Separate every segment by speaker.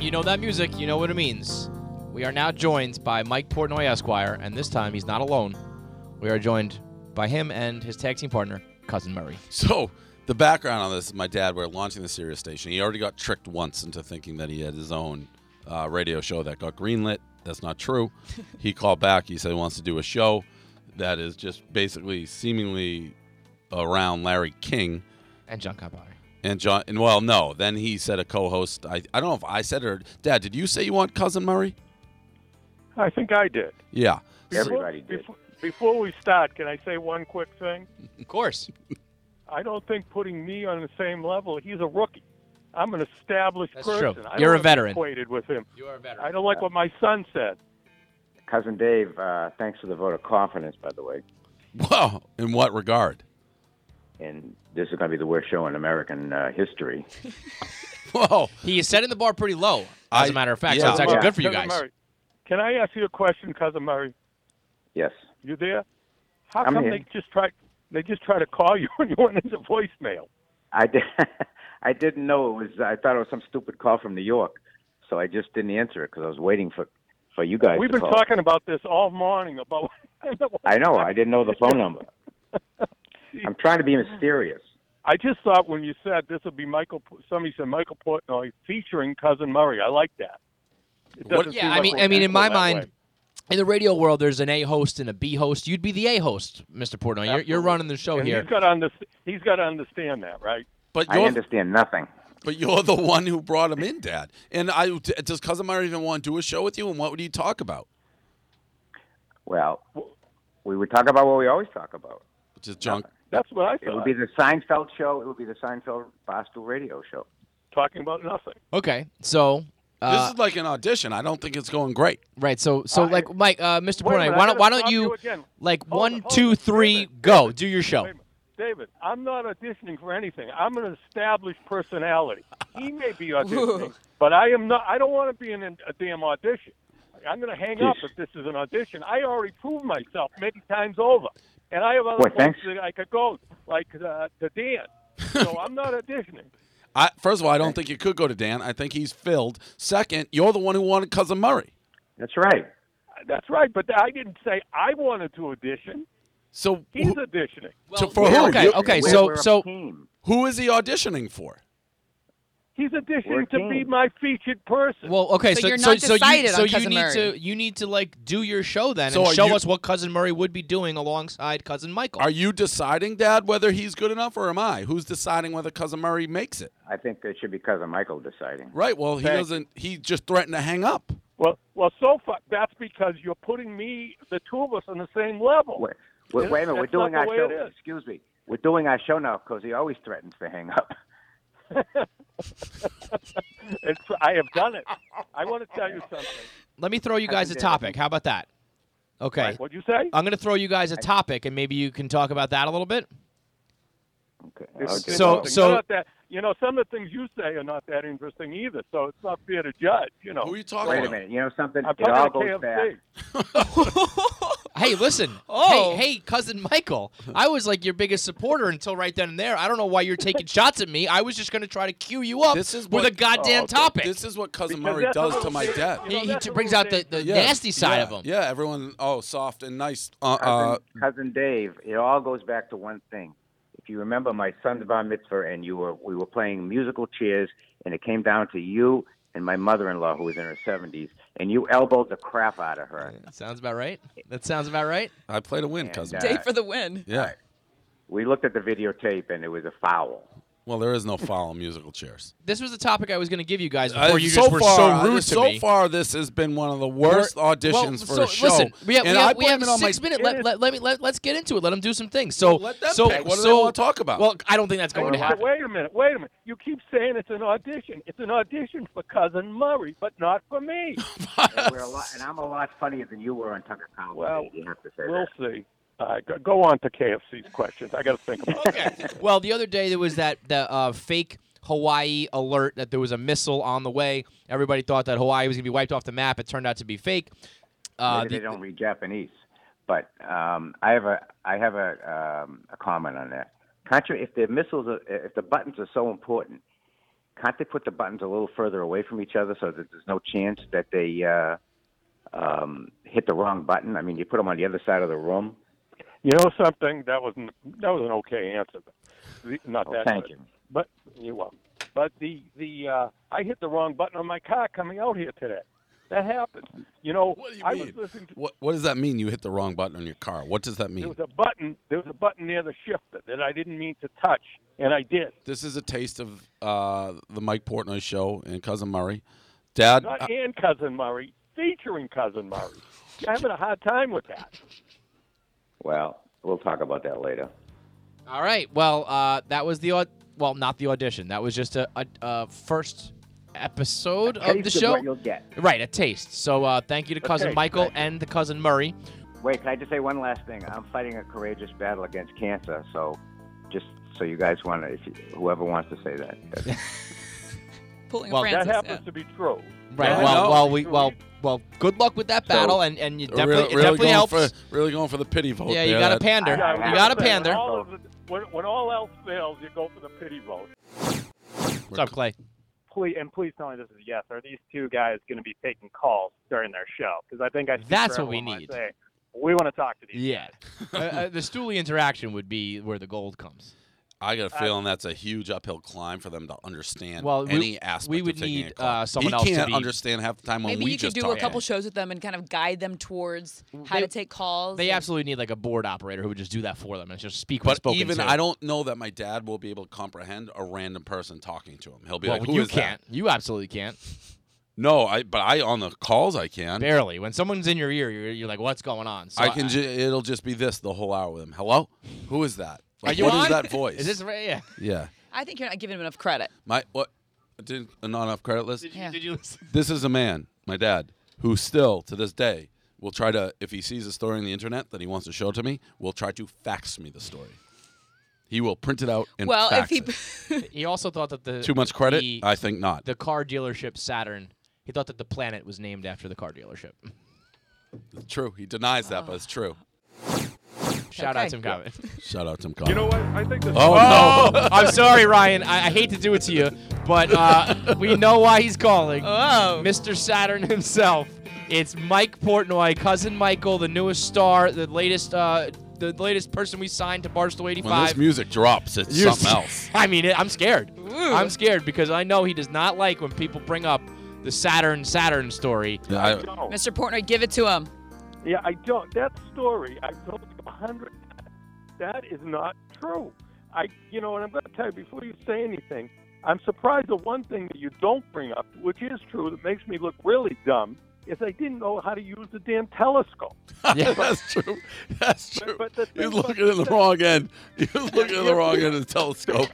Speaker 1: you know that music, you know what it means. We are now joined by Mike Portnoy Esquire, and this time he's not alone. We are joined by him and his tag team partner, Cousin Murray.
Speaker 2: So the background on this is my dad. We're launching the Sirius station. He already got tricked once into thinking that he had his own uh, radio show that got greenlit. That's not true. he called back. He said he wants to do a show that is just basically seemingly around Larry King
Speaker 1: And John Campari.
Speaker 2: and John. And well, no. Then he said a co-host. I I don't know if I said it or Dad. Did you say you want cousin Murray?
Speaker 3: I think I did.
Speaker 2: Yeah.
Speaker 4: Everybody did.
Speaker 3: Before, before we start, can I say one quick thing?
Speaker 1: Of course.
Speaker 3: I don't think putting me on the same level. He's a rookie. I'm an established
Speaker 1: That's true.
Speaker 3: person. I
Speaker 1: You're
Speaker 3: don't
Speaker 1: a
Speaker 3: get
Speaker 1: veteran.
Speaker 3: Equated with him.
Speaker 1: You are a veteran.
Speaker 3: I don't like what my son said.
Speaker 4: Cousin Dave, uh, thanks for the vote of confidence, by the way.
Speaker 2: Well, in what regard?
Speaker 4: And this is going to be the worst show in American uh, history.
Speaker 2: Whoa.
Speaker 1: He is setting the bar pretty low, as
Speaker 2: I-
Speaker 1: a matter of fact, so
Speaker 2: yeah.
Speaker 1: it's actually
Speaker 3: Murray,
Speaker 1: good for you
Speaker 3: Cousin
Speaker 1: guys.
Speaker 3: Murray, can I ask you a question, cousin Murray?
Speaker 4: Yes.
Speaker 3: You there? How
Speaker 4: I'm
Speaker 3: come
Speaker 4: here.
Speaker 3: they just try? They just try to call you and you went into voicemail.
Speaker 4: I, did, I didn't know it was, I thought it was some stupid call from New York. So I just didn't answer it because I was waiting for, for you guys
Speaker 3: We've
Speaker 4: to
Speaker 3: been
Speaker 4: call.
Speaker 3: talking about this all morning about.
Speaker 4: I know. I didn't know the phone number. I'm trying to be mysterious.
Speaker 3: I just thought when you said this will be Michael, somebody said Michael Portnoy featuring Cousin Murray. I like that. It
Speaker 2: What-
Speaker 3: doesn't seem
Speaker 1: Yeah, I
Speaker 3: like
Speaker 1: mean,
Speaker 3: we're
Speaker 1: I mean, in
Speaker 3: equal
Speaker 1: my
Speaker 3: that
Speaker 1: mind,
Speaker 3: way.
Speaker 1: in the radio world, there's an A host and a B host. You'd be the A host, Mr. Portnoy. You're, you're running the show
Speaker 3: and
Speaker 1: oh, here.
Speaker 3: he's got to understand. He's got to understand that, right?
Speaker 2: But
Speaker 4: I
Speaker 2: you're
Speaker 4: understand nothing.
Speaker 2: But you're the one who brought him in, Dad. And I d- does cousin Mary even want to do a show with you? And what would you talk about?
Speaker 4: Well, we would talk about what we always talk about.
Speaker 2: Which is junk.
Speaker 3: That's what I
Speaker 4: It
Speaker 3: thought.
Speaker 4: would be the Seinfeld show. It would be the Seinfeld Boston radio show.
Speaker 3: talking about nothing.
Speaker 1: Okay, so. Uh,
Speaker 2: this is like an audition. I don't think it's going great.
Speaker 1: right, so so
Speaker 3: I-
Speaker 1: like Mike, uh, Mr.
Speaker 3: Wait
Speaker 1: Portnoy,
Speaker 3: a minute,
Speaker 1: why don't
Speaker 3: I gotta
Speaker 1: why don't
Speaker 3: stop
Speaker 1: you
Speaker 3: again.
Speaker 1: like
Speaker 3: Hold
Speaker 1: one,
Speaker 3: on, hold
Speaker 1: two,
Speaker 3: on.
Speaker 1: three,
Speaker 3: Wait a minute,
Speaker 1: go,
Speaker 3: wait a
Speaker 1: do your show.
Speaker 3: Wait a minute. David, I'm not auditioning for anything. I'm an established personality. He may be auditioning, but I am not. I don't want to be in a a damn audition. I'm going to hang up if this is an audition. I already proved myself many times over, and I have other
Speaker 4: Well, thanks.
Speaker 3: places that I could go, like uh, the Dan. So I'm not auditioning.
Speaker 2: I, first of all, I don't think you could go to Dan. I think he's filled. Second, you're the one who wanted cousin Murray.
Speaker 4: That's right.
Speaker 3: That's right, but I didn't say I wanted to audition.
Speaker 2: So
Speaker 3: He's
Speaker 2: who,
Speaker 3: auditioning.
Speaker 2: so for
Speaker 1: yeah,
Speaker 2: who?
Speaker 1: okay,
Speaker 2: You-
Speaker 1: okay,
Speaker 4: We're-
Speaker 1: so
Speaker 4: we're a
Speaker 1: so
Speaker 4: team.
Speaker 2: Who is he auditioning for?
Speaker 3: He's
Speaker 4: We're a
Speaker 3: auditioning to be
Speaker 4: team.
Speaker 3: my featured person.
Speaker 1: well, okay, so
Speaker 5: So you're
Speaker 1: so,
Speaker 5: not
Speaker 1: so you
Speaker 5: decided
Speaker 1: so
Speaker 5: on
Speaker 1: you
Speaker 5: Cousin
Speaker 1: need
Speaker 5: Murray.
Speaker 1: to you need to like do your show then
Speaker 2: So
Speaker 1: and
Speaker 2: are
Speaker 1: show
Speaker 2: you-
Speaker 1: us what cousin Murray would be doing alongside cousin Michael.
Speaker 2: Are you deciding, Dad, whether he's good enough or am I? Who's deciding whether cousin Murray makes it?
Speaker 4: I think it should be because of Michael deciding.
Speaker 2: Right. Well, he
Speaker 3: Thank you.
Speaker 2: doesn't. He just threatened to hang up.
Speaker 3: Well, well, so far that's because you're putting me, the two of us, on the same level.
Speaker 4: Wait, wait, wait a minute. We're
Speaker 3: That's not
Speaker 4: doing
Speaker 3: the
Speaker 4: our
Speaker 3: way it
Speaker 4: show.
Speaker 3: is.
Speaker 4: Excuse me. We're doing our show now because he always threatens to hang up.
Speaker 3: It's, I have done it. I want to tell you something.
Speaker 1: Let me throw you guys a
Speaker 4: Cousin Dave.
Speaker 1: topic. How about that? Okay.
Speaker 3: What'd you
Speaker 2: Uh,
Speaker 3: say?
Speaker 1: I'm going to throw you guys a topic and maybe you can talk about that a little bit.
Speaker 4: Okay.
Speaker 3: It's
Speaker 4: okay.
Speaker 1: So-
Speaker 3: interesting.
Speaker 1: so-
Speaker 3: You're not that, you know, some of the things you say are not that interesting either. So it's not fair to judge. You know,
Speaker 2: Who are you talking
Speaker 4: wait a
Speaker 2: about?
Speaker 4: minute. You know something?
Speaker 3: I'm
Speaker 4: it all
Speaker 3: talking
Speaker 4: goes
Speaker 3: about
Speaker 4: back.
Speaker 3: KFC.
Speaker 1: Hey, listen.
Speaker 5: Oh.
Speaker 1: Hey, hey, cousin Michael. I was like your biggest supporter until right then and there. I don't know why you're taking shots at me. I was just going to try to cue you up
Speaker 2: This is
Speaker 1: with
Speaker 2: what-
Speaker 1: a goddamn
Speaker 3: Oh, okay.
Speaker 1: topic.
Speaker 2: This is what cousin
Speaker 3: Because
Speaker 2: Murray
Speaker 3: that's
Speaker 2: does
Speaker 3: what
Speaker 2: to
Speaker 3: I'm
Speaker 2: my
Speaker 3: saying.
Speaker 2: dad.
Speaker 3: You know,
Speaker 1: he
Speaker 3: that's
Speaker 1: he
Speaker 3: what
Speaker 1: brings
Speaker 3: I'm
Speaker 1: out the,
Speaker 3: saying.
Speaker 1: the
Speaker 2: Yeah,
Speaker 1: Uh, nasty side
Speaker 2: yeah,
Speaker 1: of him.
Speaker 2: Yeah, everyone. Oh, soft and nice. Uh,
Speaker 4: Cousin,
Speaker 2: uh,
Speaker 4: cousin Dave, it all goes back to one thing. If you remember my son's bar mitzvah, and you were we were playing musical chairs, and it came down to you and my mother-in-law who was in her 70s, and you elbowed the crap out of her.
Speaker 1: Sounds about right. That sounds about right.
Speaker 2: I played a win,
Speaker 4: And,
Speaker 2: cousin.
Speaker 4: uh,
Speaker 5: Dave for the win.
Speaker 2: yeah.
Speaker 4: We looked at the videotape, and it was a foul.
Speaker 2: Well, there is no foul in musical chairs.
Speaker 1: This was the topic I was going to give you guys
Speaker 2: Uh,
Speaker 1: before you
Speaker 2: so
Speaker 1: just were
Speaker 2: far,
Speaker 1: so rude
Speaker 2: uh,
Speaker 1: to
Speaker 2: so
Speaker 1: me.
Speaker 2: far, this has been one of the worst
Speaker 1: We're-
Speaker 2: auditions
Speaker 1: well,
Speaker 2: for
Speaker 1: so,
Speaker 2: a show.
Speaker 1: Listen, we have,
Speaker 2: and
Speaker 1: we
Speaker 2: I
Speaker 1: have, we
Speaker 2: blame
Speaker 1: have
Speaker 2: it on my
Speaker 1: six minutes. Let, let, let me let, let's get into it. Let him do some things. So
Speaker 2: Let them
Speaker 1: so,
Speaker 2: pick. What do
Speaker 1: so,
Speaker 2: they wanna talk about?
Speaker 1: Well, I don't think that's going
Speaker 3: Wait
Speaker 1: to
Speaker 3: a minute,
Speaker 1: happen.
Speaker 3: wait a minute. Wait a minute. You keep saying it's an audition. It's an audition for cousin Murray, but not for me.
Speaker 4: And, we're a lot, and I'm a lot funnier than you were on Tucker Carlson.
Speaker 3: Well,
Speaker 4: you have to say
Speaker 3: We'll
Speaker 4: that.
Speaker 3: see. Uh, go, go on to KFC's questions. I got to think about. it.
Speaker 1: okay. Well, the other day there was that the uh, fake Hawaii alert that there was a missile on the way. Everybody thought that Hawaii was going to be wiped off the map. It turned out to be fake. Uh,
Speaker 4: Maybe
Speaker 1: the-
Speaker 4: they don't read Japanese. But um, I have a I have a, um, a comment on that. Contra, if the missiles are, if the buttons are so important, can't they put the buttons a little further away from each other so that there's no chance that they uh, um, hit the wrong button? I mean, you put them on the other side of the room.
Speaker 3: You know something? That was an, that was an okay answer. The- Not
Speaker 4: Oh,
Speaker 3: that.
Speaker 4: thank
Speaker 3: good.
Speaker 4: you.
Speaker 3: But you're welcome. But the the uh, I hit the wrong button on my car coming out here today. That happened. You know,
Speaker 2: What do you
Speaker 3: I
Speaker 2: mean?
Speaker 3: was listening to
Speaker 2: What What does that mean? You hit the wrong button on your car. What does that
Speaker 3: there
Speaker 2: mean?
Speaker 3: was a button there was a button near the shifter that I didn't mean to touch, and I did.
Speaker 2: This is a taste of uh, the Mike Portnoy show and cousin Murray. Dad,
Speaker 3: Not
Speaker 2: uh,
Speaker 3: and cousin Murray, featuring cousin Murray. You're having a hard time with that.
Speaker 4: Well, we'll talk about that later.
Speaker 1: All right. Well, uh, that was the au- well, not the audition. That was just a, a, a first episode of
Speaker 4: Taste
Speaker 1: Uh, the
Speaker 4: of
Speaker 1: show.
Speaker 4: what you'll get.
Speaker 1: Right, a taste. So uh, thank you to cousin
Speaker 3: taste,
Speaker 1: Michael and the cousin Murray.
Speaker 4: Wait, can I just say one last thing? I'm fighting a courageous battle against cancer, so just so you guys want to, if you, whoever wants to say that. that's-
Speaker 5: Pulling
Speaker 1: Well, that
Speaker 5: a
Speaker 3: That
Speaker 5: Francis.
Speaker 3: happens to be true.
Speaker 1: Right.
Speaker 2: Yeah, I
Speaker 1: well,
Speaker 2: know.
Speaker 1: well, we well, well. Good luck with that
Speaker 4: So-
Speaker 1: battle, and and you
Speaker 2: we're
Speaker 1: definitely
Speaker 2: really,
Speaker 1: it definitely
Speaker 2: going
Speaker 1: helps.
Speaker 2: for really going for the pity vote.
Speaker 1: yeah, you
Speaker 2: there.
Speaker 1: got to
Speaker 2: That-
Speaker 1: pander.
Speaker 4: I-
Speaker 1: you
Speaker 4: I-
Speaker 1: got to
Speaker 4: I-
Speaker 1: pander.
Speaker 3: All of the, when, when all else fails, you go for the pity vote.
Speaker 1: What's up, Clay?
Speaker 6: please and please tell me this is a yes. Are these two guys going to be taking calls during their show? Because I think I. speak
Speaker 1: That's
Speaker 6: for
Speaker 1: what we
Speaker 6: everyone when I
Speaker 1: need.
Speaker 6: say, we want to talk to these.
Speaker 1: Yeah. uh, uh, the Stooley interaction would be where the gold comes.
Speaker 2: I got a feeling that's a huge uphill climb for them to understand
Speaker 1: Uh, Well, we-
Speaker 2: any aspect.
Speaker 1: we would
Speaker 2: of taking
Speaker 1: need,
Speaker 2: a call.
Speaker 1: uh, someone
Speaker 2: he
Speaker 1: else to
Speaker 2: can't
Speaker 1: be-
Speaker 2: understand half the time when
Speaker 5: Maybe
Speaker 2: we
Speaker 5: you could
Speaker 2: just
Speaker 5: do
Speaker 2: talk.
Speaker 5: a couple shows with them and kind of guide them towards how
Speaker 1: They-
Speaker 5: to take calls.
Speaker 1: They
Speaker 5: and-
Speaker 1: absolutely need like a board operator who would just do that for them and just speak when
Speaker 2: But
Speaker 1: spoken
Speaker 2: even
Speaker 1: to.
Speaker 2: I don't know that my dad will be able to comprehend a random person talking to him. He'll be
Speaker 1: Well,
Speaker 2: like, "Who
Speaker 1: you
Speaker 2: is that?"
Speaker 1: can't. You absolutely can't.
Speaker 2: No, I. But I on the calls I can.
Speaker 1: Barely. When someone's in your ear, you're, you're like, "What's going on?" So
Speaker 2: I can. Ju- it'll just be this the whole hour with him. Hello, who is that? Like,
Speaker 1: Are you
Speaker 2: what is
Speaker 1: on?
Speaker 2: that voice?
Speaker 1: Is this right? Yeah.
Speaker 2: yeah,
Speaker 5: I think you're not giving them enough credit.
Speaker 2: my what? I Didn't not enough credit list.
Speaker 1: Did you,
Speaker 5: Yeah.
Speaker 1: did you listen?
Speaker 2: This is a man, my dad, who still to this day will try to, if he sees a story on the internet that he wants to show to me, will try to fax me the story. He will print it out and
Speaker 5: well,
Speaker 2: fax
Speaker 5: if he
Speaker 2: it.
Speaker 1: He also thought that the
Speaker 2: Too much credit?
Speaker 1: The,
Speaker 2: I think not.
Speaker 1: the car dealership Saturn. He thought that the planet was named after the car dealership.
Speaker 2: It's true. He denies that, but it's true.
Speaker 1: Shout out
Speaker 5: Okay.
Speaker 1: to Tim Comet.
Speaker 2: Shout out Tim
Speaker 3: You
Speaker 2: Conlon.
Speaker 3: know what? I think this
Speaker 2: Oh,
Speaker 1: Oh, I'm sorry, Ryan. I, I hate to do it to you, but uh, we know why he's calling.
Speaker 5: oh,
Speaker 1: Mr. Saturn himself. It's Mike Portnoy, cousin Michael, the newest star, the latest, uh, the latest person we signed to Barstool
Speaker 2: no! When this
Speaker 1: 85.
Speaker 2: music drops, it's
Speaker 1: You-
Speaker 2: something else.
Speaker 1: I mean, I'm scared.
Speaker 5: Ooh.
Speaker 1: I'm scared because I know he does not like when people bring up the Saturn Saturn story.
Speaker 2: Yeah,
Speaker 3: I
Speaker 2: I-
Speaker 3: don't.
Speaker 5: Mr. Portnoy, give it to him.
Speaker 3: Yeah, I don't. That story I told you a hundred. times. That is not true. I, you know, and I'm going to tell you before you say anything. I'm surprised at one thing that you don't bring up, which is true. That makes me look really dumb. Is I didn't know how to use the damn telescope.
Speaker 1: Yeah.
Speaker 2: That's true. That's true.
Speaker 3: But the
Speaker 2: He
Speaker 3: thing
Speaker 2: was
Speaker 3: was-
Speaker 2: looking at the wrong end. He was looking at the wrong end of the telescope.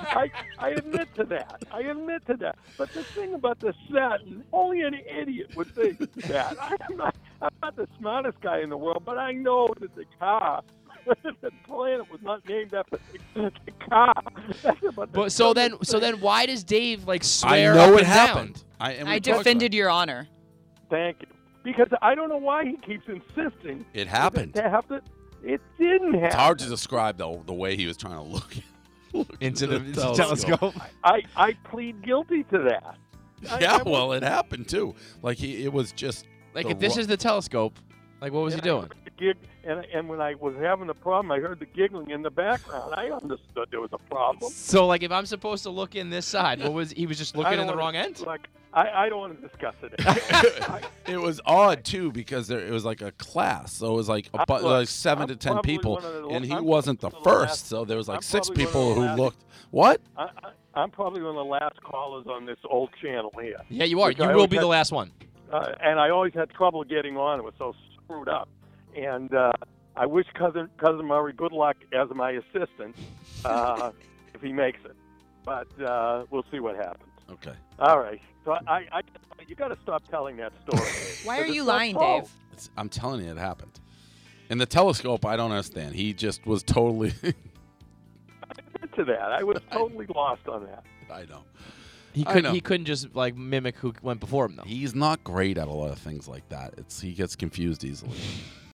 Speaker 3: I, I admit to that. I admit to that. But the thing about the Saturn, only an idiot would think that. I'm not, I'm not the smartest guy in the world, but I know that the car, the planet was not named after the, the car. That's about the
Speaker 1: But so then,
Speaker 3: dumbest
Speaker 1: so
Speaker 3: thing.
Speaker 1: then, why does Dave like swear
Speaker 2: I know
Speaker 1: up and
Speaker 2: it
Speaker 1: down?
Speaker 2: happened. I, and we
Speaker 5: I
Speaker 2: talked about
Speaker 5: defended your honor.
Speaker 3: Thank you. Because I don't know why he keeps insisting
Speaker 2: It It happened.
Speaker 3: to have to. It didn't happen.
Speaker 2: It's hard to describe though the way he was trying to look, look
Speaker 1: Into the, into the
Speaker 2: telescope.
Speaker 1: telescope.
Speaker 3: I, I plead guilty to that. I-
Speaker 2: Yeah,
Speaker 3: I was-
Speaker 2: well, it happened too. Like he, it was just
Speaker 1: Like
Speaker 2: The
Speaker 1: if this
Speaker 2: ro-
Speaker 1: is the telescope, like what was he
Speaker 3: And I
Speaker 1: doing?
Speaker 3: heard the gig, and, and when I was having the problem, I heard the giggling in the background. I understood there was a problem.
Speaker 1: So like if I'm supposed to look in this side, what was he was just
Speaker 3: I
Speaker 1: looking in
Speaker 3: don't
Speaker 1: the
Speaker 3: wanna-
Speaker 1: wrong end?
Speaker 3: Like, I, I don't want to discuss it.
Speaker 2: it was odd too because there, it was like a class, so it was like a
Speaker 3: I'm
Speaker 2: bu-
Speaker 3: look,
Speaker 2: like 7 to
Speaker 3: I'm
Speaker 2: ten
Speaker 3: probably
Speaker 2: people,
Speaker 3: one of the la-
Speaker 2: and he
Speaker 3: I'm
Speaker 2: wasn't the
Speaker 3: probably one of the
Speaker 2: first,
Speaker 3: last-
Speaker 2: so there was like
Speaker 3: I'm
Speaker 2: six
Speaker 3: probably one of
Speaker 2: people
Speaker 3: the
Speaker 2: who
Speaker 3: last-
Speaker 2: looked. What?
Speaker 3: I, I, I'm probably one of the last callers on this old channel here,
Speaker 1: Yeah, you are.
Speaker 3: Look,
Speaker 1: You
Speaker 3: I
Speaker 1: will
Speaker 3: always
Speaker 1: be the
Speaker 3: had-
Speaker 1: last one.
Speaker 3: uh, and I always had trouble getting on. It was so screwed up, and uh, I wish cousin cousin Murray good luck as my assistant uh, if he makes it. But uh, we'll see what happens.
Speaker 2: Okay,
Speaker 3: All right. So I, I you got to stop telling that story.
Speaker 5: Why are
Speaker 3: Because
Speaker 5: you
Speaker 3: it's not
Speaker 5: lying,
Speaker 3: true.
Speaker 5: Dave?
Speaker 2: it's, I'm telling you, it happened. And the telescope, I don't understand. He just was totally.
Speaker 3: to that. I was totally lost on that.
Speaker 2: I know
Speaker 1: He
Speaker 2: I know.
Speaker 1: couldn't. He couldn't just like mimic who went before him though.
Speaker 2: he's not great at a lot of things like that. It's he gets confused easily.